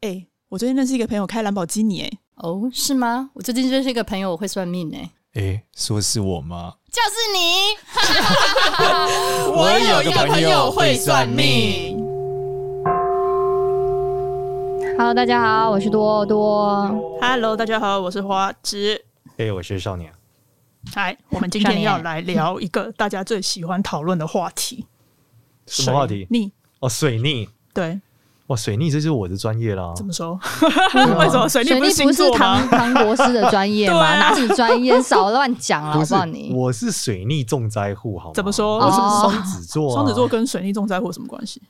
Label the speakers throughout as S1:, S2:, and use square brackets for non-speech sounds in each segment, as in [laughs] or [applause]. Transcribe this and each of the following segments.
S1: 哎、我最近认识一个朋友开兰博基尼、哎，
S2: 哦，是吗？我最近认识一个朋友，我会算命哎、
S3: 诶，说是我吗？
S2: 就是你。
S3: 我有一个朋友会算命。
S4: Hello，大家好，我是多多。
S1: Hello，大家好，我是花枝。
S5: 哎、我是少年。
S1: 嗨，我们今
S4: 少
S1: 天
S4: 年
S1: 要来聊一个大家最喜欢讨论的话题——
S5: 什么话题
S1: 水逆。
S5: 哦，水逆。
S1: 对，
S5: 哇，水逆这就是我的专业啦。
S1: 怎么
S5: [laughs]
S1: 说？ [laughs] 为什么水逆
S4: 水
S1: 不是
S4: 逆
S1: 星
S4: 不是
S1: 座
S4: 唐
S1: 吗？
S4: 唐国师的专业
S1: 对
S4: 吗？
S1: 啊
S4: 哪里专业？少乱讲
S5: [laughs]
S4: 了，好
S5: 不
S4: 不
S5: 是
S4: 好你？，
S5: 我是水逆重灾户，好吗？
S1: 怎么说
S5: 我是
S4: 哦
S5: 双子座、啊。
S1: 双子座跟水逆重灾户有什么关系？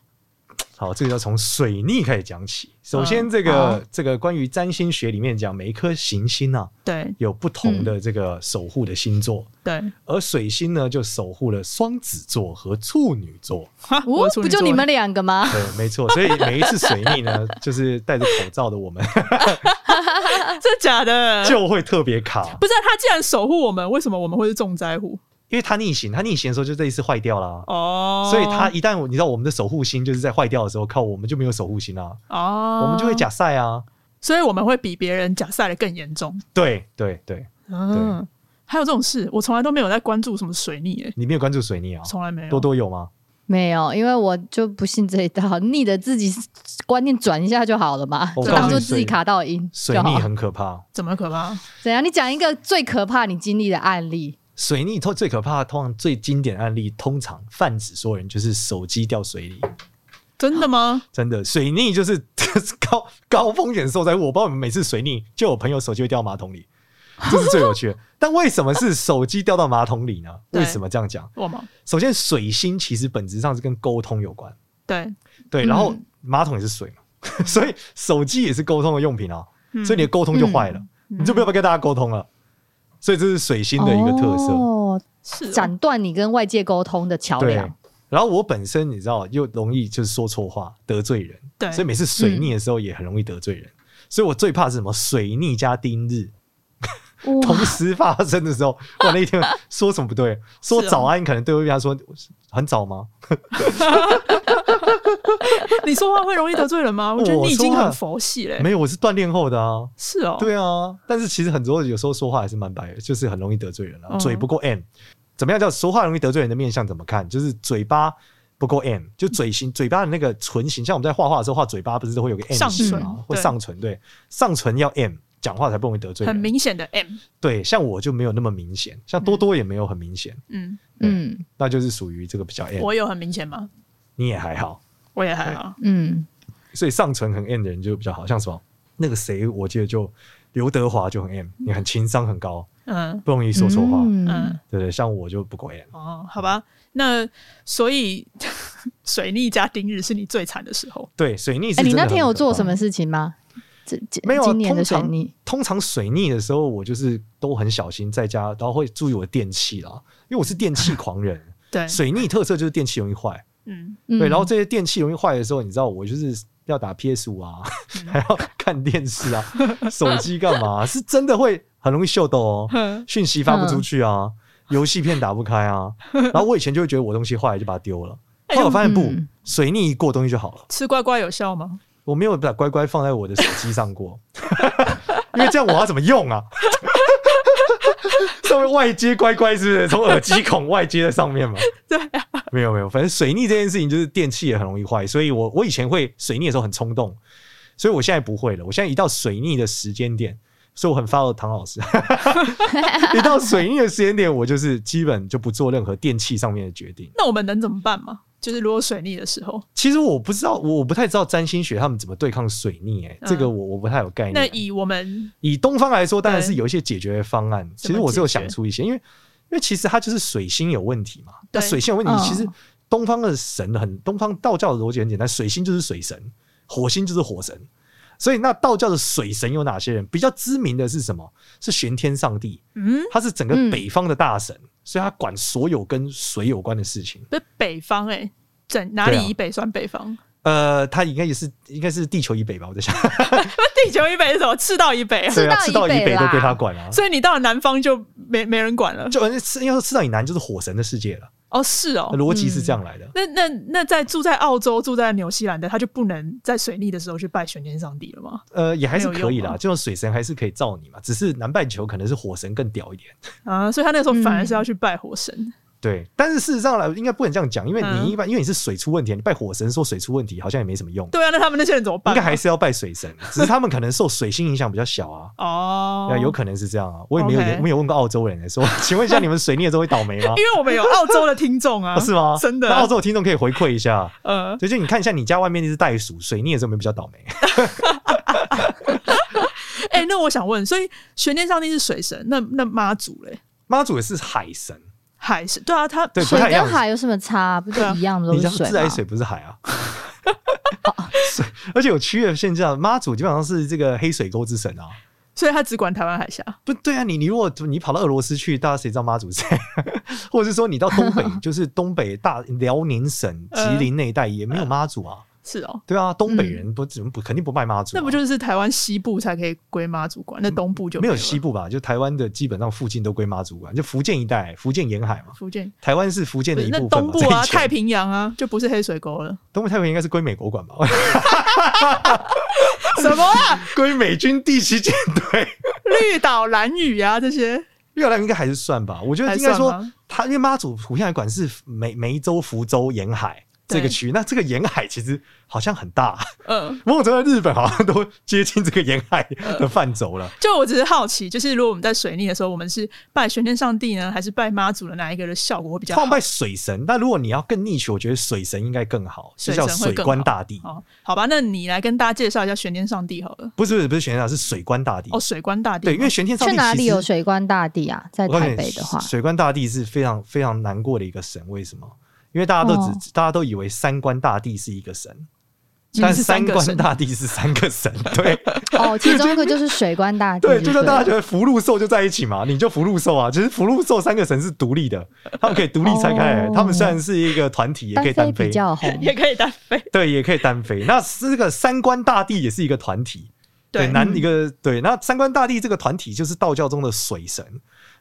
S5: 好，这个要从水逆开始讲起。
S1: 啊
S5: 首先，这个、这个关于占星学里面讲，每一颗行星啊，
S1: 对
S5: 有不同
S1: 嗯
S5: 的这个守护的星座，
S1: 对，
S5: 而水星呢就守护了双子座和处女
S1: [laughs]
S5: 座。
S1: 哈我
S4: 哦
S1: 是处
S4: 不
S1: 女座
S4: 就你们两个吗？
S5: 对，没错。所以每一次水逆呢，就是戴着口罩的我们 [laughs]
S1: 啊真的假的？
S5: 就会特别卡，
S1: 不是啊他既然守护我们，为什么我们会是重灾户？
S5: 因为它逆行，它逆行的时候就这一次坏掉啦。
S1: 哦，
S5: 所以它一旦你知道我们的守护星就是在坏掉的时候，靠我们就没有守护星啊，
S1: 哦，
S5: 我们就会，假赛啊。
S1: 所以我们会比别人假赛的更严重。
S5: 对对对，
S1: 嗯，还有这种事，我从来都没有在关注什么水逆、欸，
S5: 你没有关注水逆啊？
S1: 从来没有。
S5: 多多有吗？
S4: 没有，因为我就不信这一套，逆的自己观念转一下就好了嘛，
S5: 我
S4: 就
S1: 告诉你
S4: 当做自己
S5: 水
S4: 卡到音
S5: 水
S4: 就好
S5: 逆。很可怕，
S1: 怎么可怕？
S4: 怎样？你讲一个最可怕你经历的案例。
S5: 水逆通最可怕，通常最经典案例，通常泛指所有人就是手机掉水里，
S1: 真的吗？
S5: 真的水逆就是 [laughs] 高高风险受灾户。我不知道你们每次水逆，就有朋友手机会掉马桶里，这是最有趣的。但为什么是手机掉到马桶里呢？
S1: [laughs] 对
S5: 为什么这样讲？
S1: 我吗？
S5: 首先，水星其实本质上是跟沟通有关，
S1: 对，嗯
S5: 对，然后马桶也是水嘛， [laughs] 所以手机也是沟通的用品啊，
S1: 嗯
S5: 所以你的沟通就坏了，你就没有办法跟大家沟通了。所以这是水星的一个特色。
S4: 哦，
S1: 是哦
S4: 斩断你跟外界沟通的桥
S5: 对
S4: 梁。，
S5: 然后我本身你知道又容易就是说错话得罪人，
S1: 对
S5: 所以每次水逆的时候也很容易得罪人，所以我最怕是什么水逆加丁日。同时发生的
S1: [laughs]
S5: 时候，我那一天说什么不对，说
S1: 是哦
S5: 早安，可能对会被他说很早吗？
S1: 哦
S5: [laughs]
S1: 你说话会容易得罪人吗？我觉得
S5: 我
S1: 你已
S5: 说
S1: 经
S5: 话
S1: 很佛系嘞、
S5: 没有，我是锻炼后的啊。
S1: 是哦，
S5: 对啊，但是其实很多有时候说话还是蛮白的，就是很容易得罪人啊，
S1: 嗯
S5: 嘴不够 M。怎么样叫说话容易得罪人的面相怎么看？就是嘴巴不够 M，就嘴型、嘴巴的那个唇形，像我们在画画的时候画嘴巴，不是都会有个 M
S1: 上
S5: 型
S1: 唇
S5: 吗？
S1: 对
S5: 会上唇，对，上唇要 M，讲话才不容易得罪
S1: 很
S5: 人。
S1: 明显的 M，
S5: 对，像我就没有那么明显，像多多也没有很明显，
S1: 嗯，
S4: 嗯
S5: 那就是属于这个比较 M。
S1: 我有很明显吗？
S5: 你也还好，
S1: 我也还好，
S4: 嗯，
S5: 所以上唇很 M 的人就比较好，像什么那个谁，我记得就刘德华就很 M，你很情商很高，
S1: 嗯
S5: 不容易说错话。
S4: 嗯
S1: 嗯，，
S5: 对对，像我就不够 M。
S1: 哦，好吧，那所以 [laughs] 水逆加丁日是你最惨的时候，
S5: 对，水逆是
S4: 哎，
S5: 真
S4: 你
S5: 的很可怕。
S4: 那天有做什么事情吗？这这
S5: 没有啊
S4: 今年的
S5: 通
S4: 水
S5: 常
S4: 逆，
S5: 通常水逆的时候，我就是都很小心在家，然后会注意我的电器啦，因为我是电器
S4: [laughs]
S5: 狂人。
S1: 对，
S5: 水逆特色就是电器容易坏，
S1: 嗯，
S5: 对，然
S4: 哎
S5: 后
S4: 嗯
S5: 这些电器容易坏的时候，你知道我就是要打 PS 五啊，
S4: 嗯
S5: 还要看电视啊，手机干
S4: [laughs]
S5: 嘛、是真的会很容易秀逗哦，
S1: 哼
S5: 讯息发不出去啊，
S4: 嗯
S5: 游戏片打不开啊，然后我以前就会觉得我东西坏了就把它
S4: [laughs]
S5: 丢了，后来我发现不
S4: 嗯，
S5: 水逆一过东西就好了。
S1: 吃瓜瓜有效吗？
S5: 我没有把乖乖放在我的手机上过， [laughs] 因为这样我要怎么用啊？ [laughs] 上面外接乖乖是不是从耳机孔外接在上面嘛？
S1: 对
S5: 没有没有，反正水逆这件事情就是电器也很容易坏，所以我我以前会水逆的时候很冲动，所以我现在不会了。我现在一到水逆的时间点，所以我很 follow 唐老师， [laughs] 一到水逆的时间点，我就是基本就不做任何电器上面的决定。
S1: 那我们能怎么办吗？就是如果水逆的时候，
S5: 其实我不知道，我不太知道占星学他们怎么对抗水逆、欸，哎、
S1: 嗯
S5: 这个我我不太有概念。
S1: 那以我们
S5: 以东方来说，当然
S1: 对
S5: 是有一些解决方案。
S1: 怎么
S5: 其实我是有
S1: 解决
S5: 想出一些，因为因为其实它就是水星有问题嘛。
S1: 对
S5: 那水星有问题，
S4: 嗯
S5: 其实东方的神很，东方道教的逻辑很简单，水星就是水神，火星就是火神。所以那道教的水神有哪些人？比较知名的是什么？是玄天上帝，
S1: 嗯，
S5: 他是整个
S4: 嗯
S5: 北方的大神，所以他管所有跟水有关的事情。
S1: 不是北方哎、整哪
S5: 对啊
S1: 里以北算北方？
S5: 呃，他应该也是应该是地球以北吧？我在想，
S1: 地球以北是什么？赤道以 [laughs] 北啊，
S5: 对啊，
S4: 赤
S5: 赤
S4: 道
S5: 道
S4: 以
S5: 以
S4: 北
S5: 北
S4: 啦
S5: 都归他管啊。
S1: 所以你到了南方就没没人管了。
S5: 呃就应该说赤道以南就是火神的世界了。
S1: 哦，是哦，
S5: 逻辑是这样来的。
S1: 那那那在住在澳洲、住在纽西兰的，他就不能在水逆的时候去拜玄天上帝了吗？
S5: 呃，也还是可以
S1: 没有用啊
S5: 啦，
S1: 吗
S5: 这种水神还是可以造你嘛，只是南半球可能是火神更屌一点。
S1: 啊，所以他那时候反而是要去拜火神。
S5: 嗯对，但是事实上来应该不能这样讲，因为
S1: 嗯
S5: 你一般、因为你是水出问题，你拜火神说水出问题好像也没什么用，
S1: 对啊，那他们那些人怎么
S5: 应
S1: 办啊？
S5: 该还是要拜水神，只是他们可能受水星影响比较小啊。
S1: [laughs] 哦
S5: 那，有可能是这样啊，我也没有
S1: OK
S5: 我没有问过澳洲人欸说， [laughs] 请问一下你们水逆的时候会倒霉吗
S1: [laughs] 因？为我们有澳洲的听众啊，
S5: 哦 [laughs] 是吗？
S1: 真的
S5: 那澳洲的听众可以回馈一下，啊
S1: 呃，
S5: 所以就你看一下你家外面那只袋鼠，水逆的时候有没有比较倒霉？
S1: 哎、那我想问，所以玄天上帝是水神，那那妈祖嘞？
S5: 妈祖也是海神，
S1: 海神对啊，他
S5: 对，不
S4: 水
S5: 太一
S4: 跟
S5: 样。
S4: 海有什么差、不就
S1: 对啊
S4: 一样的
S5: 你
S4: 都
S5: 知
S4: 是水
S5: 道自来
S4: 吗？
S5: 水不是海
S1: [laughs]
S5: 啊。水，而且有区域的现象，妈祖基本上是这个黑水沟之神啊。
S1: 所以他只管台湾海峡。
S5: 不对啊，你你如果你跑到俄罗斯去，大家谁知道妈祖是谁？ [laughs] 或者是说你到
S1: [laughs]
S5: 东北，就是东北大辽宁省吉林那一带也没有妈祖啊。
S1: 是哦，
S5: 对啊，东北人不怎么不肯定不拜妈祖啊、
S1: 那不就是台湾西部才可以归妈祖管？那东部就
S5: 嗯没
S1: 有
S5: 有
S1: 了
S5: 西部吧？就台湾的基本上附近都归妈祖管，啊就福建一带，福建沿海嘛。
S1: 福建，
S5: 台湾是福建
S1: 不
S5: 的
S1: 是
S5: 一
S1: 那
S5: 部分
S1: 东
S5: 嘛，
S1: 部
S5: 在以 [laughs]
S1: 啊，
S5: 前
S1: 太平洋啊，就不是黑水沟了。 [laughs]
S5: 东部太平洋应该是归美国管吧？ [laughs]
S1: 什么啊，
S5: 归美军第七舰队。
S1: 绿岛、蓝屿啊这些？
S5: 越南应该还是算吧，我觉得
S1: 还
S5: 应该
S1: 算
S5: 说
S1: 吗
S5: 它，因为妈祖湖现在管是梅梅州、福州沿海
S1: 对
S5: 这个区域，那这个沿海其实好像很大， [laughs]
S1: 嗯，
S5: 某种程度在日本好像都接近这个沿海的范畴了。
S1: 就我只是好奇，就是如果我们在水逆的时候，我们是拜玄天上帝呢，还是拜妈祖的哪一个的效果会比较好
S5: 放？拜水神，那如果你要更逆取，我觉得水神应该更好，就
S1: 水
S5: 叫
S1: 神
S5: 水
S1: 会更好
S5: 官大帝。
S1: 哦，好吧，那你来跟大家介绍一下玄天上帝好了。
S5: 不是不是不是玄天大帝，是水官大帝。
S1: 哦，水官大帝吗，
S5: 嗯对，因为玄天上帝
S4: 去哪里
S5: 其实
S4: 有水官大帝啊？在
S5: 我告诉
S4: 台
S5: 你
S4: 北的话，
S5: 水官大帝是非常非常难过的一个神。为什么？因为大家都只、
S4: 哦
S5: 大家都以为三官大帝是一个神，
S1: 其实
S5: 但
S1: 是三
S5: 三
S1: 个
S5: 官
S1: 神
S5: 大帝是三个神，对
S4: 哦，其中一个就是水官大帝，
S5: 对，就
S4: 对
S5: 像大家觉
S4: 了
S5: 得福禄寿就在一起嘛，你就福禄寿啊，其实福禄寿三个神是独立的，他们可以独立拆开来，
S4: 哦
S5: 他们虽然是一个团体， [laughs] 也可以单
S4: 单
S5: 飞
S4: 比，较红，
S1: 也可以单飞。
S5: 对，也可以单飞。那这个三官大帝也是一个团体，
S1: 对，
S5: 南一个对，那三官大帝这个团体就是道教中的水神。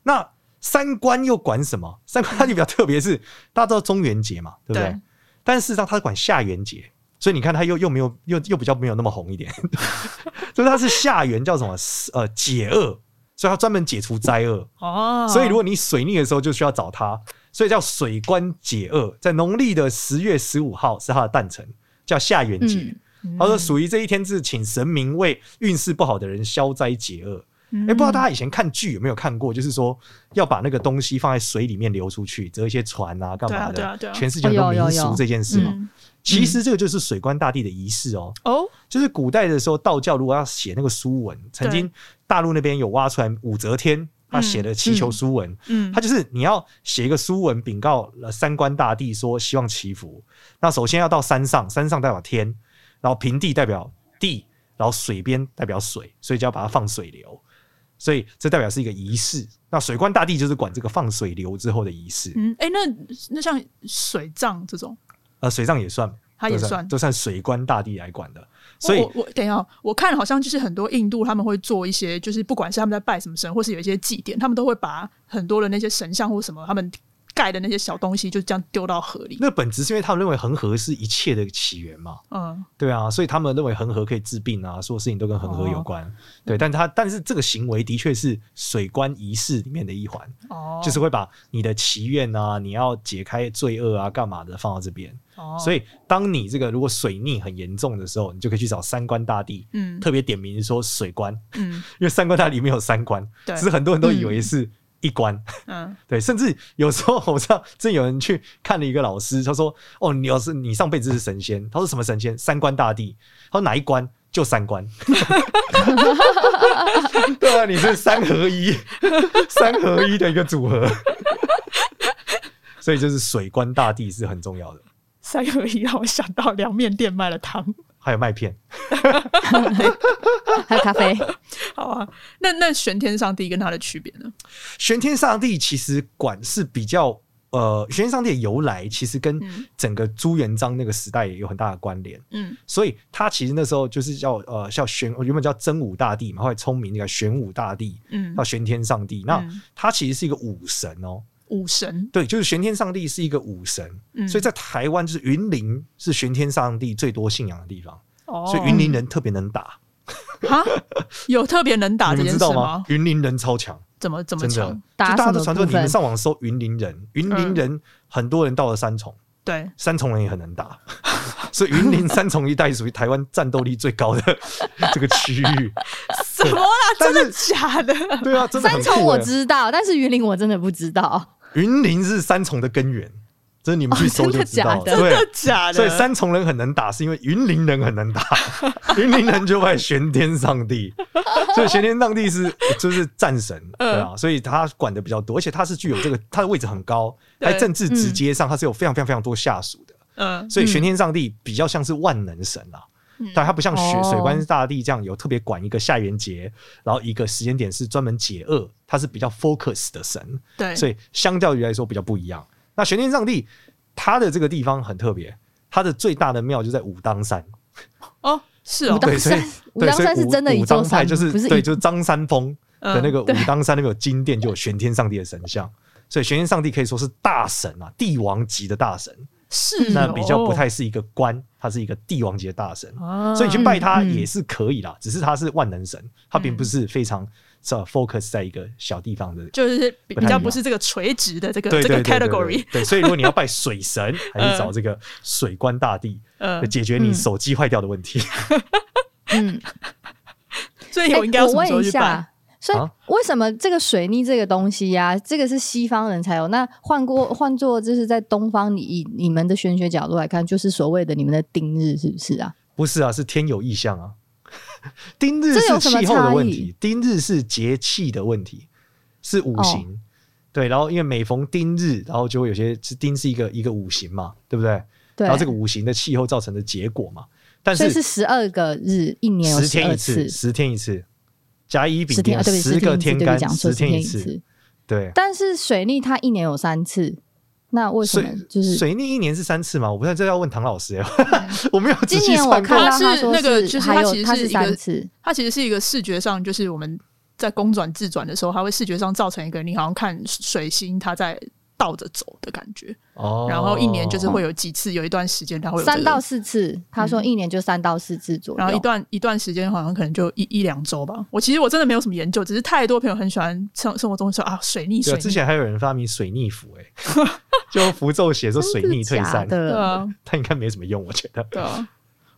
S5: 那三官又管什么？三官大帝比较特别是，大家知道中元节嘛，对不对？
S1: 对
S5: 但事实上他管下元节，所以你看他又又没有又又比较没有那么红一点， [laughs] 所以他是下元叫什么？呃，解厄，所以他专门解除灾厄。
S1: 哦，
S5: 所以如果你水逆的时候就需要找他，所以叫水官解厄。在农历的十月十五号是他的诞辰，叫下元节。
S4: 嗯
S5: 他说属于这一天是请神明为运势不好的人消灾解厄。哎、
S1: 嗯
S5: 不知道大家以前看剧有没有看过？就是说要把那个东西放在水里面流出去，折一些船啊，干嘛的？
S1: 对啊对啊对啊
S5: 全世界很多
S4: 哦有有
S5: 民俗
S4: 有
S5: 这件事嘛。
S1: 嗯
S5: 其实这个就是水官大帝的仪式哦。
S1: 哦，
S5: 就是古代的时候，道教如果要写那个书文，曾经大陆那边有挖出来武则天，她写的祈求书文，
S1: 嗯
S5: 他，就是你要写一个书文禀告呃三官大帝，说希望祈福。那首先要到山上，山上代表天，然后平地代表地，然后水边代表水，所以就要把它放水流。所以这代表是一个仪式。那水官大帝就是管这个放水流之后的仪式，
S1: 嗯，哎、那那像水葬这种，
S5: 呃，水上也算，
S1: 它也
S5: 都
S1: 算
S5: 都算水官大帝来管的。所以
S1: 我我我等一下，哦我看好像就是很多印度他们会做一些，就是不管是他们在拜什么神，或是有一些祭典，他们都会把很多的那些神像或什么他们盖的那些小东西，就这样丢到河里。
S5: 那本质是因为他们认为恒河是一切的起源嘛，
S1: 嗯，
S5: 对啊，所以他们认为恒河可以治病啊，所有事情都跟恒河
S1: 哦
S5: 有关。对，但他但是这个行为的确是水官仪式里面的一环，
S1: 哦，
S5: 就是会把你的祈愿啊，你要解开罪恶啊，干嘛的放到这边。
S1: 哦，
S5: 所
S1: 以
S5: 以当你这个如果水逆很严重的时候，你就可以去找三官大帝，
S1: 嗯
S5: 特别点名说水官，
S1: 嗯
S5: 因为三官大帝里面有三官，
S1: 对
S5: 只是很多人都以为是一官。
S1: 嗯，
S5: 对，甚至有时候 [laughs] 我知道，真有人去看了一个老师，他说：“哦，你要是你上辈子是神仙。”他说：“什么神仙？三官大帝。”他说：“哪一关？就三关。” [laughs] 对啊，你是三合一，三合一的一个组合。 [laughs] 所以就是水官大帝是很重要的，
S1: [laughs] 三合一让我想到凉面店卖的汤。
S5: 还有麦片。
S4: 还有咖啡，
S1: [laughs] 好啊，那那玄天上帝跟他的区别呢？
S5: 玄天上帝其实管是比较。呃，玄天上帝的由来其实跟
S1: 嗯
S5: 整个朱元璋那个时代也有很大的关联。
S1: 嗯
S5: 所以他其实那时候就是叫呃叫玄，原本叫真武大帝嘛，后来聪明那个玄武大帝
S1: 嗯
S5: 到玄天上帝。那
S1: 嗯
S5: 他其实是一个武神哦，
S1: 武神，
S5: 对，就是玄天上帝是一个武神，
S1: 嗯
S5: 所以在台湾就是云林是玄天上帝最多信仰的地方，
S1: 哦
S5: 所以云林人特别能打，
S1: 哈有特别能打
S5: 你
S1: 这
S5: 们
S1: 件
S5: 知
S1: 事
S5: 道吗？？云林人超强，
S1: 怎么怎么
S5: 真的，
S1: 强
S5: 就？
S4: 打
S5: 大家
S4: 什
S5: 都
S4: 么
S5: 传说
S4: 部
S5: 你们
S4: 分
S5: 上网搜云林人，云林
S1: 嗯
S5: 人很多人到了三重，
S1: 对，
S5: 三重人也很能打， [laughs] 所以云林三重一带属于台湾战斗力最高的这个区域。
S1: 什么啦？
S5: 但
S1: 真
S5: 是
S1: 的假的？
S5: 对 [laughs] 啊，真的
S4: 三
S5: 很
S4: 重
S5: 酷
S4: 我
S5: 欸
S4: 知道，但是云林我真的不知道。
S5: 云林是三重的根源，这你们去搜就知道了。
S4: 哦真的
S1: 真的
S5: 对，
S1: 假的？
S5: 所以三重人很能打，是因为云林人很能打， [laughs] 云林人就拜玄天上
S4: [laughs]
S5: 帝，所以玄天上帝是就是战神，
S4: 嗯
S5: 对啊，所以他管的比较多，而且他是具有这个他的位置很高，
S1: 对
S5: 在政治直接上他是有非常非常非常多下属的，
S1: 嗯
S5: 所以玄天上帝比较像是万能神啊。但他不像雪
S4: 哦
S5: 水官大帝这样有特别管一个下元节，然后一个时间点是专门解厄，他是比较 focus 的神，
S1: 对，
S5: 所以相较于来说比较不一样。那玄天上帝他的这个地方很特别，他的最大的庙就在武当山，
S1: 哦是哦
S4: 武，当
S5: 对，所以
S4: 山武
S5: 对
S4: 当
S5: 所以
S4: 山是
S5: 武
S4: 真的一
S5: 武
S4: 座
S5: 当派
S4: 山
S5: 就是
S4: 不是
S5: 对，
S4: 一嗯
S5: 就是张三丰的那个武
S4: 对
S5: 当山那边有金殿，就有玄天上帝的神像，所以玄天上帝可以说是大神啊，帝王级的大神，
S1: 是
S4: 嗯
S5: 那
S1: 哦
S5: 比较不太是一个官，他是一个帝王级的大神，
S1: 啊
S5: 所以你去拜他
S4: 哦嗯嗯嗯
S5: 也是可以啦，只是他是万能神，他并不是非常是吧 focus 在一个小地方的
S1: 就是比
S5: 不太
S1: 比
S5: 一
S1: 较
S5: 样
S1: 不是这个垂直的这个
S5: 对
S1: 这
S5: 对
S1: 个
S5: 对对对
S1: category，
S5: [laughs] 对，所以如果你要拜水神，
S4: [laughs]
S5: 还是找这
S4: 嗯
S5: 个水官大帝，
S1: 嗯
S5: 解决你手机坏掉的问题。
S4: 嗯，
S1: 所以
S4: 哎
S1: 我应该要
S4: 我
S1: 什么时候
S4: 问一
S1: 去拜？
S4: 下，所以
S5: 啊
S4: 为什么这个水逆这个东西呀、这个是西方人才有？那换过换做就是在东方，你以你们的玄学角度来看，就是所谓的你们的丁日，是不是啊？
S5: [laughs] 不是啊，是天有异象啊。 [laughs] 丁日
S4: 这
S5: 是
S4: 有什么
S5: 气候的问
S4: 差
S5: 题
S4: 异，
S5: 丁日是节气的问题，是五行。
S4: 哦
S5: 对，然后因为每逢丁日，然后就会有些是丁是一个一个五行嘛，对不对？
S4: 对，
S5: 然后这个五行的气候造成的结果嘛，但
S4: 所以是
S5: 是
S4: 十二个日，一年有
S5: 十天
S4: 二
S5: 一次，十天一次，甲乙丙
S4: 十天
S5: 丁
S4: 啊，对不起，
S5: 十个
S4: 天一次对不
S5: 干
S4: 起，讲错，
S5: 十
S4: 十天
S5: 一
S4: 一
S5: 次，
S4: 次。
S5: 对。
S4: 但是水逆它一年有三次，那为什
S5: 水
S4: 么就是？
S5: 水逆一年是三次嘛？我不太这要问唐老师、
S1: 啊
S5: 欸， [laughs] 我没有仔
S4: 今
S5: 细
S4: 年我
S5: 算过
S4: 看。到
S1: 它
S4: 他
S1: 是
S4: 说
S1: 那个就是它
S4: 还
S1: 其
S4: 有
S1: 实
S4: 它
S1: 是一个
S4: 三次，
S1: 它其实是一个视觉上，就是我们在公转自转的时候，它会视觉上造成一个你好像看水星它在倒着走的感觉。
S5: 哦
S1: 然后一年就是会有几次，有一段时间它会有这个
S4: 三到四次。他说一年就三到四次左右。
S1: 然后一段一段时间好像可能就一一两周吧。我其实我真的没有什么研究，只是太多朋友很喜欢生生活中说啊水逆
S5: 对
S1: 水
S5: 啊，之
S1: 逆，
S5: 前还有人发明水逆符、欸，哎， [laughs] 就符咒写说水逆退散
S4: 真，
S1: 对
S4: 的假的，
S1: 啊
S5: 但应该没什么用，我觉得。
S1: 对啊，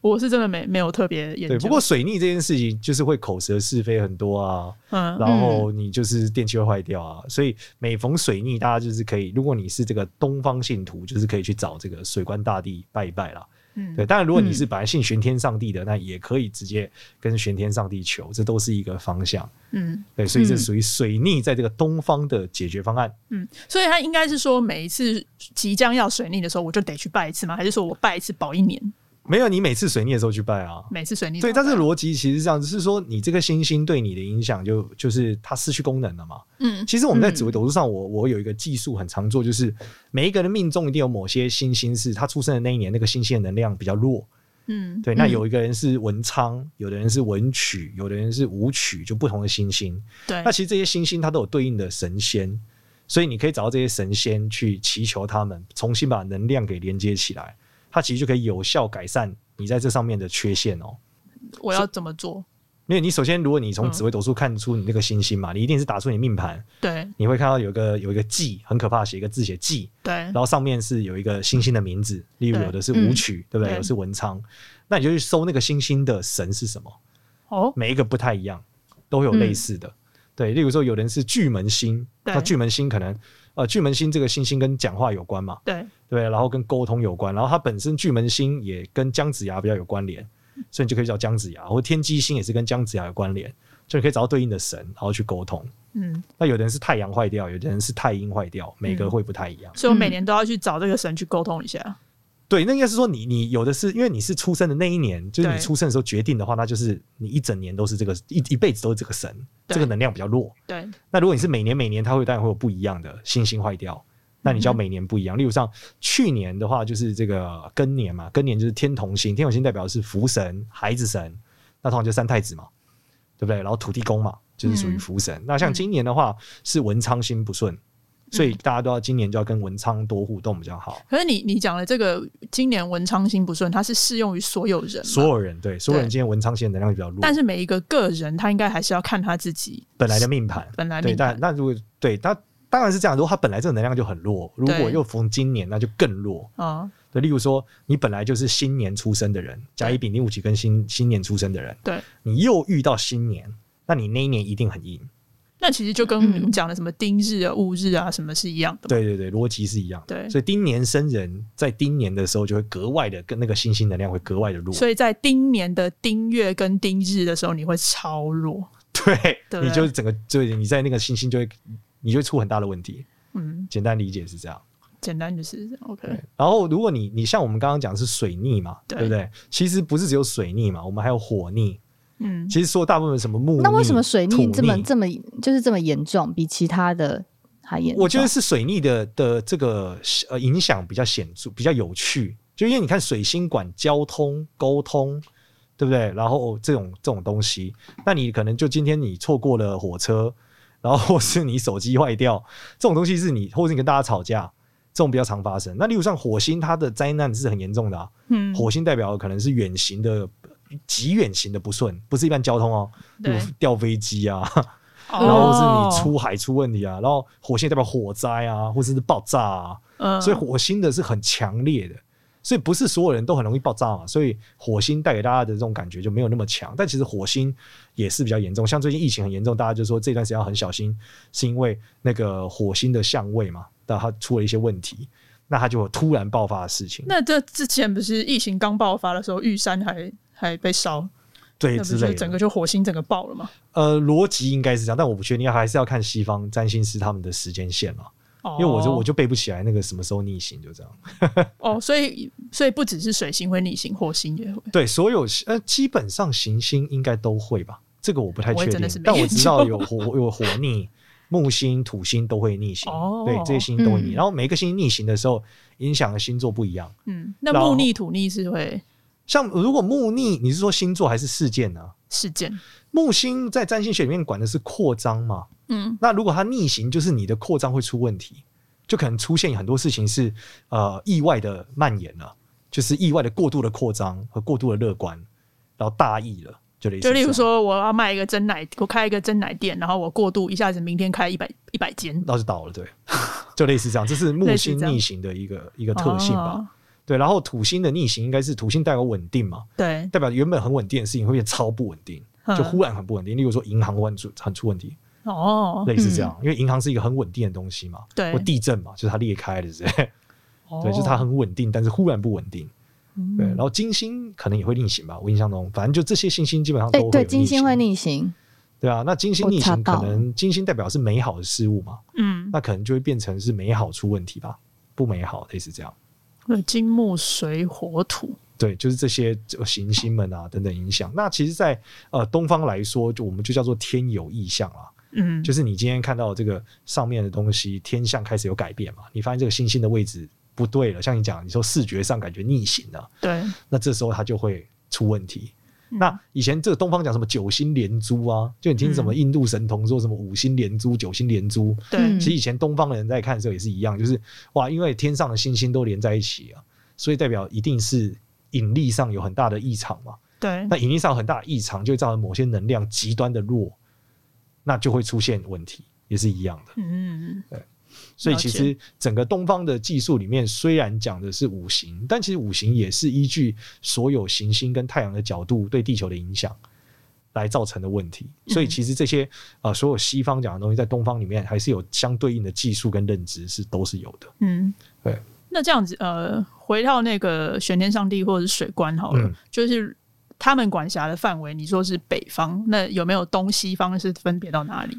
S1: 我是真的没没有特别研
S5: 对，
S1: 究。
S5: 不过水逆这件事情就是会口舌是非很多啊，
S1: 嗯
S5: 然后你就是电器会坏掉啊，所以每逢水逆，大家就是可以，如果你是这个东方信徒，就是可以去找这个水官大帝拜一拜啦。
S1: 嗯
S5: 对，当然如果你是本来信玄天上帝的，那也可以直接跟玄天上帝求，这都是一个方向。
S1: 嗯
S5: 对，所以这属于水逆在这个东方的解决方案。
S1: 嗯，所以他应该是说每一次即将要水逆的时候，我就得去拜一次吗？还是说我拜一次保一年？
S5: 没有你每次水逆的时候去拜啊。
S1: 每次水逆
S5: 对，
S1: 都
S5: 但是逻辑其实是这样，就是说你这个星星对你的影响就就是它失去功能了嘛。
S1: 嗯
S5: 其实我们在紫微斗数上，我我有一个技术很常做，就是每一个人命中一定有某些星星是他出生的那一年那个星星的能量比较弱。
S1: 嗯
S5: 对，那有一个人是文昌，有的人是文曲，有的人是武曲，就不同的星星。
S1: 对
S5: 那其实这些星星它都有对应的神仙，所以你可以找到这些神仙去祈求他们，重新把能量给连接起来，它其实就可以有效改善你在这上面的缺陷哦。
S1: 我要怎么做？
S5: 因为你首先，如果你从
S1: 嗯
S5: 紫微斗数看出你那个星星嘛，你一定是打出你命盘，
S1: 对
S5: 你会看到有一个有一个忌，很可怕，写一个字写忌，
S1: 对
S5: 然后上面是有一个星星的名字，例如
S1: 嗯对嗯
S5: 有的是武曲，对不对？
S1: 对
S5: 有的是文昌，那你就去搜那个星星的神是什么，
S1: 哦
S5: 每一个不太一样，都有类似的。对，例如说有人是巨门星，
S1: 对
S5: 那巨门星可能呃巨门星这个星星跟讲话有关嘛，
S1: 对
S5: 对，然后跟沟通有关，然后它本身巨门星也跟姜子牙比较有关联，所以你就可以找姜子牙，或天机星也是跟姜子牙有关联，所以你可以找到对应的神，然后去沟通。
S1: 嗯，
S5: 那有的人是太阳坏掉，有的人是太阴坏掉，每个会不太一样。
S1: 所以我每年都要去找这个神去沟通一下。
S5: 对，那应该是说你你有的是因为你是出生的那一年，就是你
S1: 对
S5: 出生的时候决定的话，那就是你一整年都是这个一一辈子都是这个神，
S1: 对
S5: 这个能量比较弱。
S1: 对
S5: 那如果你是每年每年，它会当然会有不一样的星星坏
S1: 嗯
S5: 掉，那你就要每年不一样。例如像去年的话，就是这个庚年嘛，庚年就是天同星，天同星代表的是福神、孩子神，那通常就三太子嘛，
S1: 嗯
S5: 对不对？然后土地公嘛，就是属于福神。那像今年的话，是文昌星不顺，所以大家都要今年就要跟文昌多互动比较好。
S1: 可是你你讲的这个今年文昌星不顺，它是适用于所有人嘛，
S5: 所有人对所有人，今天文昌星的能量比较弱，
S1: 但是每一个个人他应该还是要看他自己
S5: 本来的命盘，
S1: 本来
S5: 对，
S1: 命
S5: 但
S1: 盘。
S5: 那如果对他当然是这样，如果他本来这个能量就很弱，如果
S1: 对
S5: 又逢今年，那就更弱。
S1: 啊、
S5: 对，例如说你本来就是新年出生的人，甲乙丙丁戊己跟新新年出生的人，
S1: 对，
S5: 你又遇到新年，那你那一年一定很硬。
S1: 那其实就跟我们讲的什么丁日啊、戊日啊什么是一样的嘛。
S5: 对对对，逻辑是一样的。
S1: 对
S5: 所以丁年生人在丁年的时候就会格外的跟那个星星能量会格外的弱。
S1: 所以在丁年的丁月跟丁日的时候，你会超弱。
S5: 对，
S1: 对
S5: 你就整个就你在那个星星就会你就会出很大的问题。
S1: 嗯，
S5: 简单理解是这样。
S1: 简单就是
S4: 嗯
S1: OK。
S5: 然后如果你你像我们刚刚讲的是水逆嘛，
S1: 对
S5: 对不对？其实不是只有水逆嘛，我们还有火逆。
S1: 嗯，
S5: 其实说大部分什么木
S4: 那为什么水
S5: 土
S4: 逆这么
S5: 逆
S4: 这么就是这么严重，比其他的还严重？
S5: 我觉得是水逆的的这个呃影响比较显著，比较有趣。就因为你看水星管交通、沟通，对不对？然后这种这种东西，那你可能就今天你错过了火车，然后或是你手机坏掉，这种东西是你，或是你跟大家吵架，这种比较常发生。那例如像火星，它的灾难是很严重的、啊。
S1: 嗯，
S5: 火星代表可能是远行的。极远行的不顺，不是一般交通哦，比如
S1: 对
S5: 掉飞机啊，
S1: 哦
S5: 然后或是你出海出问题啊，然后火星代表火灾啊，或者是爆炸啊，
S1: 嗯
S5: 所以火星的是很强烈的，所以不是所有人都很容易爆炸嘛，所以火星带给大家的这种感觉就没有那么强，但其实火星也是比较严重，像最近疫情很严重，大家就说这段时间要很小心，是因为那个火星的相位嘛，那它出了一些问题，那它就有突然爆发的事情，
S1: 那这之前不是疫情刚爆发的时候，玉山还还被烧，
S5: 对
S1: 那不
S5: 之
S1: 是
S5: 类
S1: 整
S5: 的
S1: 个。就火星整个爆了嘛？
S5: 呃，逻辑应该是这样，但我不确定，还是要看西方占星师他们的时间线了，
S1: 哦
S5: 因为我就我
S1: 就
S5: 就背不起来那个什么时候逆行，就这样。
S1: 哦，所以所以不只是水星会逆行，火星也会。
S5: 对，所有呃，基本上行星应该都会吧，这个我不太
S1: 我
S5: 确
S1: 也真
S5: 定
S1: 的是，没
S5: 但我
S1: 研
S5: 知道
S1: 究
S5: 有火 [laughs] 有火逆，木星、土星都会逆行，
S1: 哦
S5: 对，这些星都会逆。
S4: 嗯
S5: 然后每个星逆行的时候，影响的星座不一样。
S1: 嗯，那
S5: 然后
S1: 木逆土逆是会
S5: 像如果木逆，你是说星座还是事件呢、
S1: 事件，
S5: 木星在占星学里面管的是扩张嘛，
S1: 嗯，
S5: 那如果它逆行，就是你的扩张会出问题，就可能出现很多事情是呃意外的蔓延了，就是意外的过度的扩张和过度的乐观，然后大意了，就类似
S1: 就例如
S5: 这样。
S1: 说我要卖一个真奶，我开一个真奶店，然后我过度一下子明天开一百一百间，
S5: 那就倒了，对，就类似这样，这是木
S1: 类似
S5: 星
S1: 这样
S5: 逆行的一个一个特性吧。
S1: 哦
S5: 对，然后土星的逆行应该是土星代表稳定嘛，
S1: 对，
S5: 代表原本很稳定的事情会变超不稳定，就
S1: 嗯
S5: 忽然很不稳定。例如说银行会很出很出问题，
S1: 哦，
S5: 类似这
S4: 嗯
S5: 样，因为银行是一个很稳定的东西嘛，
S1: 对
S5: 或地震嘛，就是它裂开了之类，对，
S1: 对
S5: 就
S4: 哦
S5: 是它很稳定，但是忽然不稳定。
S4: 嗯
S5: 对，然后金星可能也会逆行吧，我印象中，反正就这些星星基本上都
S4: 哎
S5: 会，
S4: 对，
S5: 有
S4: 金星会，逆行，
S5: 对啊，那金星
S4: 我
S5: 逆
S4: 查
S5: 行可
S4: 到
S5: 能金星代表是美好的事物嘛，
S1: 嗯，
S5: 那可能就会变成是美好出问题吧，不美好类似这样。
S1: 对金木水火土，
S5: 对，就是这些呃行星们啊等等影响。那其实在，呃东方来说，就我们就叫做天有异象啦，
S1: 嗯，
S5: 就是你今天看到这个上面的东西，天象开始有改变嘛，你发现这个星星的位置不对了，像你讲，你说视觉上感觉逆行了、
S1: 对，
S5: 那这时候它就会出问题。
S1: 嗯
S5: 那以前这个东方讲什么九星连珠啊，就你听什么
S1: 嗯
S5: 印度神童说什么五星连珠、九星连珠，
S1: 对
S4: 嗯
S5: 其实以前东方人在看的时候也是一样，就是哇，因为天上的星星都连在一起啊，所以代表一定是引力上有很大的异常嘛。
S1: 对，
S5: 那引力上有很大的异常，就会造成某些能量极端的弱，那就会出现问题，也是一样的。
S1: 嗯，
S5: 所以其
S1: 了
S5: 实整个东方的技术里面，虽然讲的是五行，但其实五行也是依据所有行星跟太阳的角度对地球的影响来造成的问题。所以其实这些呃，所有西方讲的东西，在东方里面还是有相对应的技术跟认知是都是有的。
S1: 嗯，
S5: 对。
S1: 那这样子，呃，回到那个玄天上帝或者是水官好了，
S5: 嗯
S1: 就是他们管辖的范围，你说是北方，那有没有东西方是分别到哪里？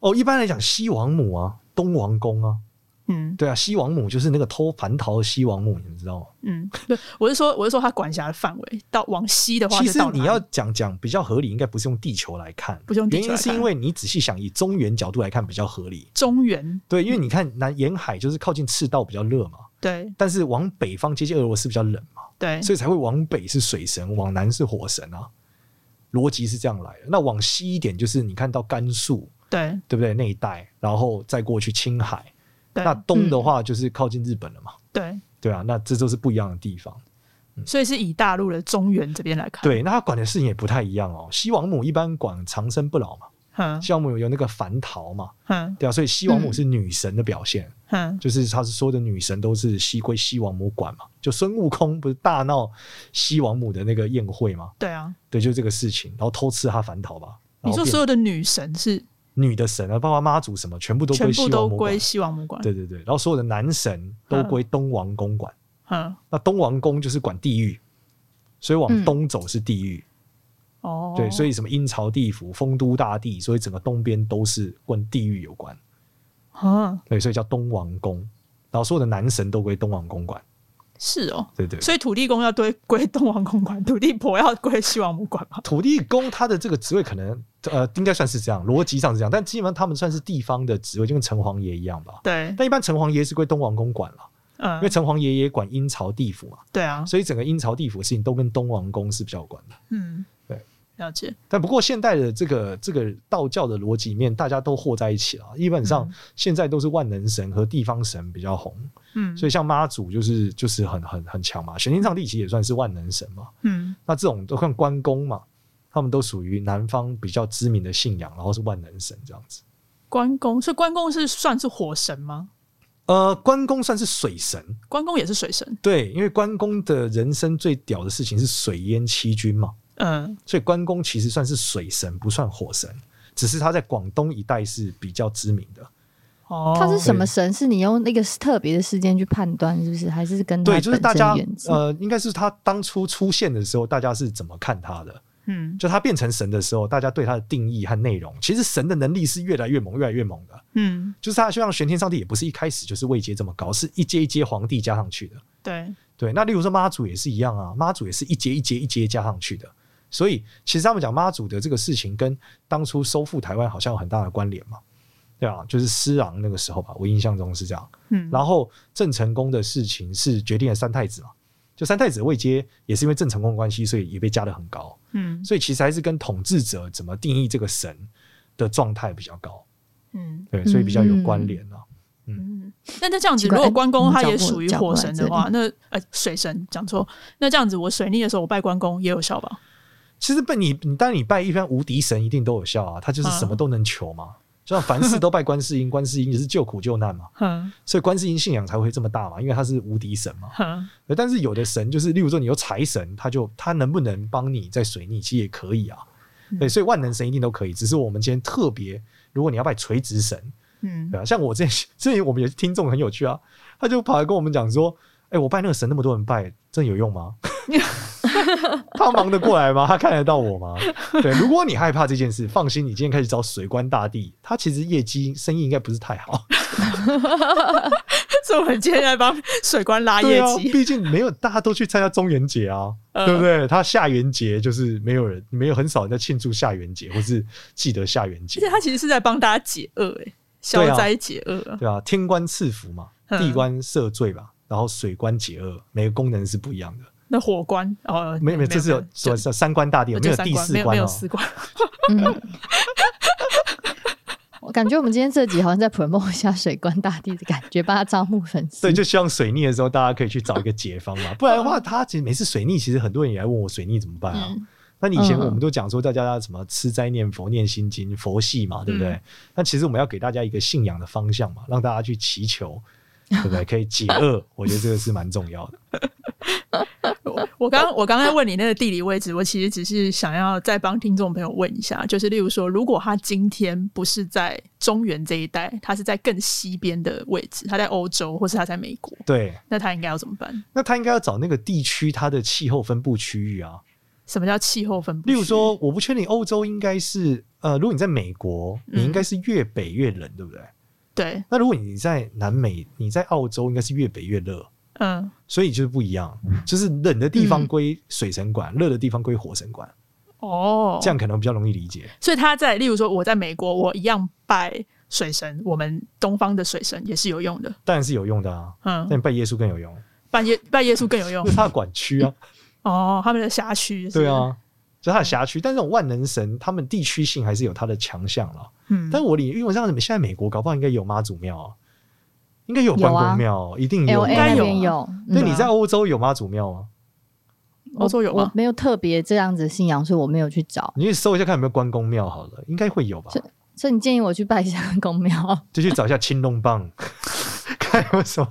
S5: 哦，一般来讲，西王母啊，东王公啊，
S1: 嗯
S5: 对啊，西王母就是那个偷蟠桃的西王母，你们知道吗？
S1: 嗯，不，我是说，我是说他管辖的范围到往西的话
S5: 其
S1: 是
S5: 实
S1: 到哪里，
S5: 你要讲讲比较合理，应该不是用地球来看，
S1: 不是用地球
S5: 原因
S1: 来
S5: 是
S1: 看
S5: 因为你仔细想，以中原角度来看比较合理。
S1: 中原，
S5: 对，因为你看南沿海就是靠近赤道比较热嘛，
S1: 对
S5: 但是往北方接近俄罗斯比较冷嘛，
S1: 对，
S5: 所以才会往北是水神，往南是火神啊，逻辑是这样来的。那往西一点就是你看到甘肃，
S1: 对
S5: 对不对？那一带，然后再过去青海，
S1: 对嗯
S5: 那东的话就是靠近日本了嘛，
S1: 对，
S5: 对啊，那这都是不一样的地方。
S1: 所以是以大陆的中原这边来看，，
S5: 对，那他管的事情也不太一样哦。西王母一般管长生不老嘛，
S1: 哼
S5: 西王母有那个蟠桃嘛，
S1: 哼
S5: 对啊，所以西王母是女神的表现，
S1: 哼，
S5: 就是他是说的女神都是西归西王母管嘛。就孙悟空不是大闹西王母的那个宴会嘛，
S1: 对啊，
S5: 对，就这个事情，然后偷吃她蟠桃吧。
S1: 你
S5: 然后
S1: 说
S5: 变
S1: 所有的女神是
S5: 女的神啊，包括妈祖什么，全部都
S1: 全
S5: 归
S1: 部
S5: 西
S1: 都
S5: 王母
S1: 归
S5: 管。
S1: 西嗯王母管，
S5: 对对对，然后所有的男神都归东王公管。
S1: 嗯，
S5: 那东王公就是管地狱，所以往东走是地狱。
S1: 哦，
S5: 对，所
S1: 以
S5: 以什么阴曹地府、丰都大帝，所以整个东边都是跟地狱有关。
S1: 嗯
S5: 对，所以叫东王公。然后所有的男神都归东王公管。
S1: 是哦，
S5: 对对
S1: 所以土地公要归归东王公管，土地婆要归西王母管嘛，
S5: 土地公他的这个职位可能呃应该算是这样，逻辑上是这样，但基本上他们算是地方的职位，就跟城隍爷一样吧。
S1: 对，
S5: 但一般城隍爷是归东王公管了，
S1: 嗯
S5: 啊因为，城隍爷也管阴曹地府嘛。
S1: 对啊，
S5: 所以整个阴曹地府的事情都跟东王公是比较有关的。
S1: 嗯，
S5: 对，
S1: 了解，
S5: 但不过现代的这个这个道教的逻辑里面，大家都和在一起了。基本上
S1: 嗯
S5: 现在都是万能神和地方神比较红，
S1: 嗯，
S5: 所以像妈祖就是就是很很很强嘛，玄天上帝其实也算是万能神嘛。
S1: 嗯
S5: 那这种都看关公嘛，他们都属于南方比较知名的信仰，然后是万能神这样子。
S1: 关公，所以关公是算是火神吗？
S5: 呃，关公算是水神，
S1: 关公也是水神，
S5: 对，因为关公的人生最屌的事情是水淹七军嘛，
S1: 嗯，
S5: 所以关公其实算是水神，不算火神，只是他在广东一带是比较知名的。
S1: 哦，
S4: 他是什么神？是你用那个特别的事件去判断，是不是？还是跟嗯他
S5: 对，就是大
S4: 本身
S5: 家
S4: 源自
S5: 呃，应该是他当初出现的时候，大家是怎么看他的？
S1: 嗯
S5: 就他变成神的时候，大家对他的定义和内容，其实神的能力是越来越猛，越来越猛的。
S1: 嗯，
S5: 就是他就像玄天上帝，也不是一开始就是位阶这么高，是一阶一阶皇帝加上去的。
S1: 对，
S5: 对，那例如说妈祖也是一样啊，妈祖也是一节一节一节加上去的。所以其实他们讲妈祖的这个事情，跟当初收复台湾好像有很大的关联嘛，对啊，就是施琅那个时候吧，我印象中是这样。
S1: 嗯，
S5: 然后郑成功的事情是决定了三太子嘛，就三太子的位阶也是因为郑成功的关系，所以也被加得很高。
S1: 嗯
S5: 所以其实还是跟统治者怎么定义这个神的状态比较高，
S1: 嗯
S5: 对，所以比较有关联啊。
S1: 嗯，那那这样子，
S4: 奇怪
S1: 如果关公
S4: 哎
S1: 他
S4: 你
S1: 也
S4: 讲过
S1: 属于
S4: 讲过
S1: 火
S4: 来
S1: 神
S4: 这
S1: 的
S4: 里
S1: 话，那呃水神讲错，那这样子我水逆的时候我拜关公也有效吧？
S5: 其实被你你当然你拜一般无敌神一定都有效啊，他就是什么都能求嘛。就像凡事都拜观世音，观世音也是救苦救难嘛，
S1: 哼
S5: 所以观世音信仰才会这么大嘛，因为他是无敌神嘛。
S1: 哼，
S5: 对但是有的神就是，例如说你有财神，他就他能不能帮你在水逆，其实也可以啊。对，所以万能神一定都可以，只是我们今天特别，如果你要拜垂直神，
S1: 嗯
S5: 对啊，像我之前 [laughs] 之前我们有听众很有趣啊，他就跑来跟我们讲说：“哎、我拜那个神，那么多人拜，真的有用吗？” [laughs] 他忙得过来吗？他看得到我吗？对，如果你害怕这件事，放心，你今天开始找水官大帝，他其实业绩生意应该不是太好。
S1: [laughs] 所以我们今天来帮水官拉
S5: 对
S1: 业
S5: 啊，
S1: 绩，
S5: 毕竟没有大家都去参加中元节啊，
S1: 嗯
S5: 对不对？他下元节就是没有人，没有很少人在庆祝下元节，或是记得下元
S1: 而
S5: 节
S1: 且。他其实是在帮大家解厄，哎，消
S5: 对啊
S1: 灾解厄啊，
S5: 对啊，天官赐福嘛，
S1: 嗯
S5: 地官赦罪嘛，然后水官解厄，每个功能是不一样的。
S1: 那火官哦，
S5: 没有没有，这是有
S1: 就
S5: 所谓三观大帝，没
S1: 就
S5: 有
S1: 三
S5: 第
S1: 关，没
S5: 四
S1: 有没
S5: 关
S1: 有
S5: 哦。
S1: 四关，
S4: 嗯， [laughs] 我感觉我们今天这集好像在 promote 一下水官大帝的感觉，帮他招募粉丝。
S5: 对，就希望水逆的时候，大家可以去找一个解方嘛，不然
S1: 嗯
S5: 的话，他其实每次水逆，其实很多人也来问我水逆怎么办啊。那你以前
S4: 嗯
S5: 我们都讲说，大家要什么吃斋念佛、念心经、佛系嘛，对不对？
S1: 嗯
S5: 那其实我们要给大家一个信仰的方向嘛，让大家去祈求，对不对？可以解厄，我觉得这个是蛮重要的。
S1: 我我刚我刚才问你那个地理位置，我其实只是想要再帮听众朋友问一下，就是例如说，如果他今天不是在中原这一带，他是在更西边的位置，他在欧洲或是他在美国，
S5: 对，
S1: 那他应该要怎么办？
S5: 那他应该要找那个地区它的气候分布区域啊，
S1: 什么叫气候分布？
S5: 例如，说，我不确定欧洲应该是呃，如果你在美国，你应
S1: 嗯
S5: 该是越北越冷，对不对？
S1: 对，
S5: 那如果你在南美，你在澳洲应该是越北越热，
S1: 嗯，
S5: 所以就是不一样，就是冷的地方
S4: 嗯
S5: 归水神管，热、的地方归火神管，
S1: 哦，
S5: 这样可能比较容易理解。
S1: 所以他在例如说，我在美国，我一样拜水神，我们东方的水神也是有用的，
S5: 当然是有用的啊，
S1: 嗯
S5: 但，拜耶稣更有用，
S4: 哦
S1: 拜耶拜耶稣更有用
S5: 这是他的管区
S4: [laughs]
S5: 啊，
S1: 哦，他们的辖区，
S5: 对，啊。就他的辖区，但这种万能神，他们地区性还是有他的强项了。
S1: 嗯，
S5: 但我理，因为我像你们现在美国搞不好应该有妈祖庙啊，应该有关
S4: 有啊
S5: 公庙哦，一定
S4: ，L
S5: 有吧。
S4: A
S1: 应该
S4: 哎那
S1: 有
S4: 边
S1: 啊
S4: 有。
S5: 那
S4: 嗯
S5: 你在欧洲有妈祖庙吗？
S1: 欧洲有
S4: 我
S1: 吗？
S4: 没有特别这样子信仰，所以我没有去找。
S5: 你去搜一下看有没有关公庙好了，应该会有吧？
S4: 是所以你建议我去拜一下 [laughs] 公庙？
S5: 就去找一下青龙帮， [laughs] 看有没
S1: [laughs]
S5: 有什么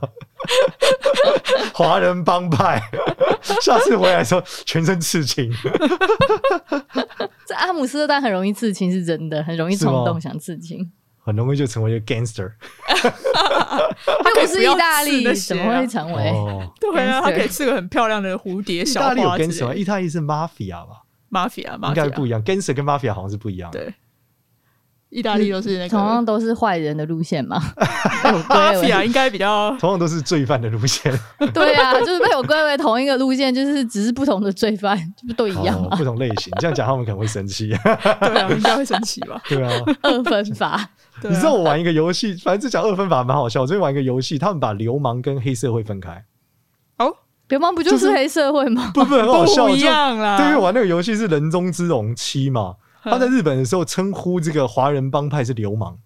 S5: 华人帮派。下次回来的时候全身刺青，
S4: 这阿姆斯特丹很容易刺青，是真的，很容易
S5: 是吗
S4: 冲动想刺青。
S5: 很容易就成为一个 gangster。
S4: [laughs]
S1: 他可以
S4: 又不
S1: 不
S4: 是
S1: 要
S4: 意大
S1: 刺那
S4: 利，
S1: 些
S4: 怎
S1: 啊
S4: 么会成为？
S5: 哦，
S1: 对啊，
S4: gangster
S1: 他可以刺个很漂亮的蝴蝶
S5: 意
S1: 小
S5: 大利有
S1: 花之
S5: gangster 吗？
S1: 类的。
S5: 意大利是 mafia 吧？
S1: mafia
S5: 应该
S1: mafia
S5: 不一样，gangster 啊跟 mafia 好像是不一样的。
S1: 对，意大利都是那
S4: 同样
S1: 个
S4: 都是坏人的路线
S5: [laughs]
S4: 嘛，被我归
S1: mafia
S4: 为
S1: 应该比较
S5: 通常都是罪犯的路线，
S4: 对啊，就是被我归为同一个路线，就是只是不同的罪犯，这不都一样
S5: 哦
S4: 吗？
S5: 不同类型。这样讲他们可能会
S1: [laughs]
S5: 生气，
S1: 对啊，应该会生气吧？
S5: 对啊。
S4: [laughs] 二分法，
S1: 对啊
S5: 你知道我玩一个游戏，反正这讲二分法蛮好笑。我最近玩一个游戏，他们把流氓跟黑社会分开，
S1: 哦，
S4: 流氓不就是黑社会吗？
S5: 不不很好笑，
S1: 不一
S5: 就
S1: 样
S4: 啊
S1: 啦。
S5: 对，因为玩那个游戏是《人中之龙七》嘛，
S1: 嗯
S5: 他在日本的时候称呼这个华人帮派是流氓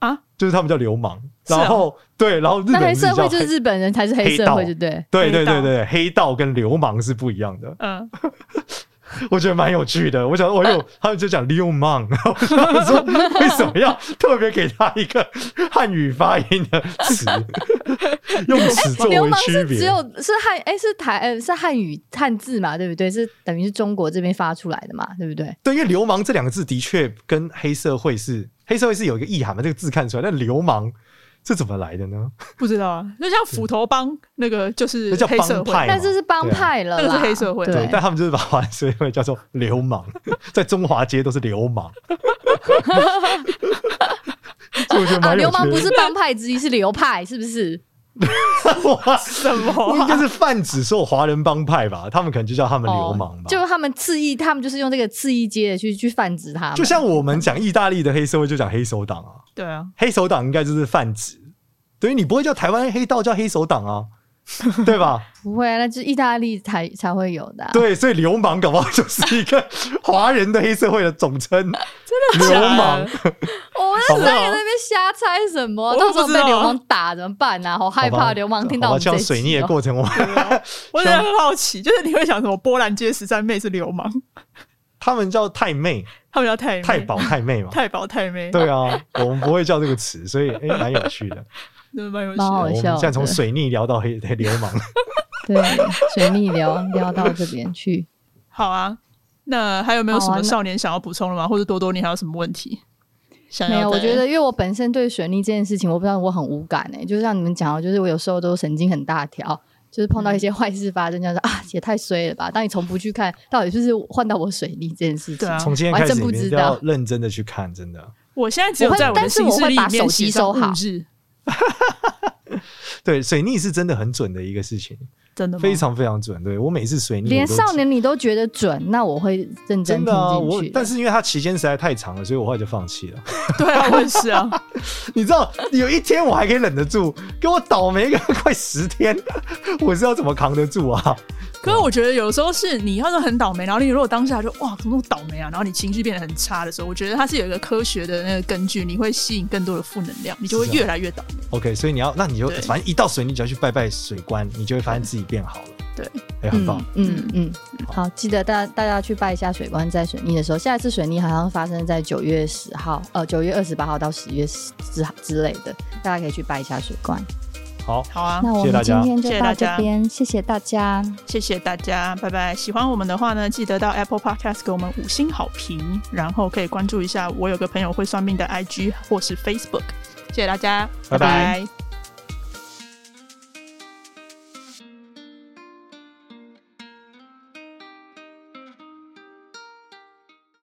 S1: 啊，
S5: 就是他们叫流氓。
S1: 是哦
S5: 然后对，然后日
S4: 啊那
S5: 本
S4: 黑
S5: 人
S4: 社
S5: 叫
S4: 会就是
S5: 黑
S4: 日本人才是黑社会，对不对？
S5: 对
S1: 黑
S5: 对
S1: 道
S5: 对对，黑道跟流氓是不一样的， [laughs]
S1: 嗯，
S5: 我觉得蛮有趣的。我想，我
S4: 呃
S5: 有他们就讲流氓， [laughs] 然后我就想说为什么要特别给他一个汉语发音的
S4: [laughs]
S5: 词，用此作
S4: 流
S5: 为
S4: 氓
S5: 区
S4: 是
S5: 别？
S4: 只有是汉哎、是台、呃是汉语汉字嘛，对不对？是等于是中国这边发出来的嘛，对不对？
S5: 对，因为流氓这两个字的确跟黑社会是黑社会是有一个意涵嘛，这个字看出来。但流氓这怎么来的呢？
S1: 不知道啊，就像斧头帮那个就是
S5: 那叫
S1: 黑社
S5: 帮派
S1: 会，
S5: 嘛
S4: 但这是帮
S5: 啊
S4: 派了啦，
S1: 那个是黑社会
S5: 对
S4: 对，，
S5: 但他们就是把华人社会叫做流氓， [laughs] 在中华街都是
S4: [laughs]
S5: 流氓。所以我觉得
S4: 啊，
S5: 蛮
S4: 流
S5: 有趣的。
S4: 氓不是帮派之一，是流派，是不是？
S5: [laughs] 哇，
S1: 什么
S5: 应
S1: 啊
S5: 该是泛指说华人帮派吧？他们可能就叫他们流氓
S4: 哦
S5: 吧。
S4: 就他们次意，他们就是用这个次意接的去去泛指他们，
S5: 就像我们讲意大利的黑社会，就讲黑手党啊，
S1: 对啊，
S5: 黑手党应该就是泛指。等于你不会叫台湾黑道叫黑手
S4: [laughs]
S5: 党啊，对吧？
S4: 不会啊，那就是意大利才才会有的啊、
S5: 对，所以流氓搞不好就是一个华人的黑社会的
S4: [laughs]
S5: 总称，真流
S1: [laughs]
S5: 氓。
S4: 我们三个在哦那边瞎猜什么？
S1: 我都
S4: 到时
S1: 不
S4: 候
S1: 知
S4: 被
S1: 道啊
S4: 流氓打怎么办啊？好害
S5: 好
S4: 怕
S5: 吧
S4: 流氓听到我
S5: 好
S4: 们
S5: 吧
S4: 这
S5: 像
S4: 一
S5: 水
S4: 集
S5: 泥的
S4: 哦
S5: 过程，我们
S1: 啊我真的很好奇，就是你会想什么波兰街十三妹是流氓，
S5: 他们叫太妹、
S1: 他们叫太妹
S5: 太保、
S4: [laughs]
S5: 太妹嘛。
S1: 太保太妹，
S5: 对啊，我们不会叫这个词，所以哎，蛮、有趣的。
S1: 真的蛮有趣
S4: 蛮 [laughs] 好
S1: 的。
S5: 我们
S4: 笑
S5: 现在从
S4: 的
S5: 水逆聊到黑黑流
S4: [laughs]
S5: 氓，
S4: 对水逆聊 [laughs] 聊到这边去。
S1: 好啊，那还有没有什
S4: 好啊
S1: 么
S4: 那
S1: 少年想要补充的吗？或者多多，你还有什么问题？想要
S4: 没有，我
S1: 再
S4: 觉得因为我本身对水逆这件事情，我不知道我很无感哎、就像你们讲的，就是我有时候都神经很大条，就是碰到一些坏事发生，这样说啊也太衰了吧。当你从不去看到底是不是换到我水逆这件事
S1: 对
S4: 情，
S1: 啊
S5: 从今天开始
S4: 我还真
S5: 你
S4: 不
S5: 们一
S4: 知
S5: 定要
S4: 道
S5: 认真的去看，真的。
S1: 我现在只有在
S4: 我
S1: 的
S4: 会
S1: 行事历里
S4: 但是我会
S1: 面
S4: 把手
S1: 写
S4: 机
S1: 上
S4: 收好
S1: 五日，
S5: 对，水逆是真的很准的一个事情，
S1: 真的吗
S5: 非常非常准。对我每次水逆，
S4: 连少年你都觉得准，那我会认真
S5: 真
S4: 听
S5: 的啊，
S4: 进
S5: 我
S4: 去的。
S5: 但是因为它期间实在太长了，所以我后来就放弃了。 [laughs]
S1: 对啊，我也是啊，
S5: 你知道有一天我还可以忍得住，给我倒霉个快十天， [laughs] 我是要怎么扛得住啊？
S1: 可是我觉得有时候是你要是很倒霉，然后你如果当下就哇怎么那么倒霉啊，然后你情绪变得很差的时候，我觉得它是有一个科学的那个根据，你会吸引更多的负能量，你就会
S5: 是啊
S1: 越来越倒霉。
S5: OK，所以你要，那你就
S1: 对
S5: 反正一到水，你只要去拜拜水官，你就会发现自己变好了。
S1: 对，
S5: 哎、很棒。
S4: 嗯嗯，嗯好，记得大大家去拜一下水官，在水逆的时候，下一次水逆好像发生在九月十号，呃，九月二十八号到十月10之之类的，大家可以去拜一下水官。
S5: 好，
S1: 好啊，
S4: 那我
S5: 谢谢大
S4: 们今天
S5: 家
S4: 就
S1: 谢谢大
S4: 到
S1: 家
S4: 这边，谢谢大家，
S1: 谢谢大家，拜拜。喜欢我们的话呢，记得到 Apple Podcast 给我们五星好评，然后可以关注一下我有个朋友会算命的 IG 或是 Facebook。谢谢大家，
S5: 拜拜
S1: 拜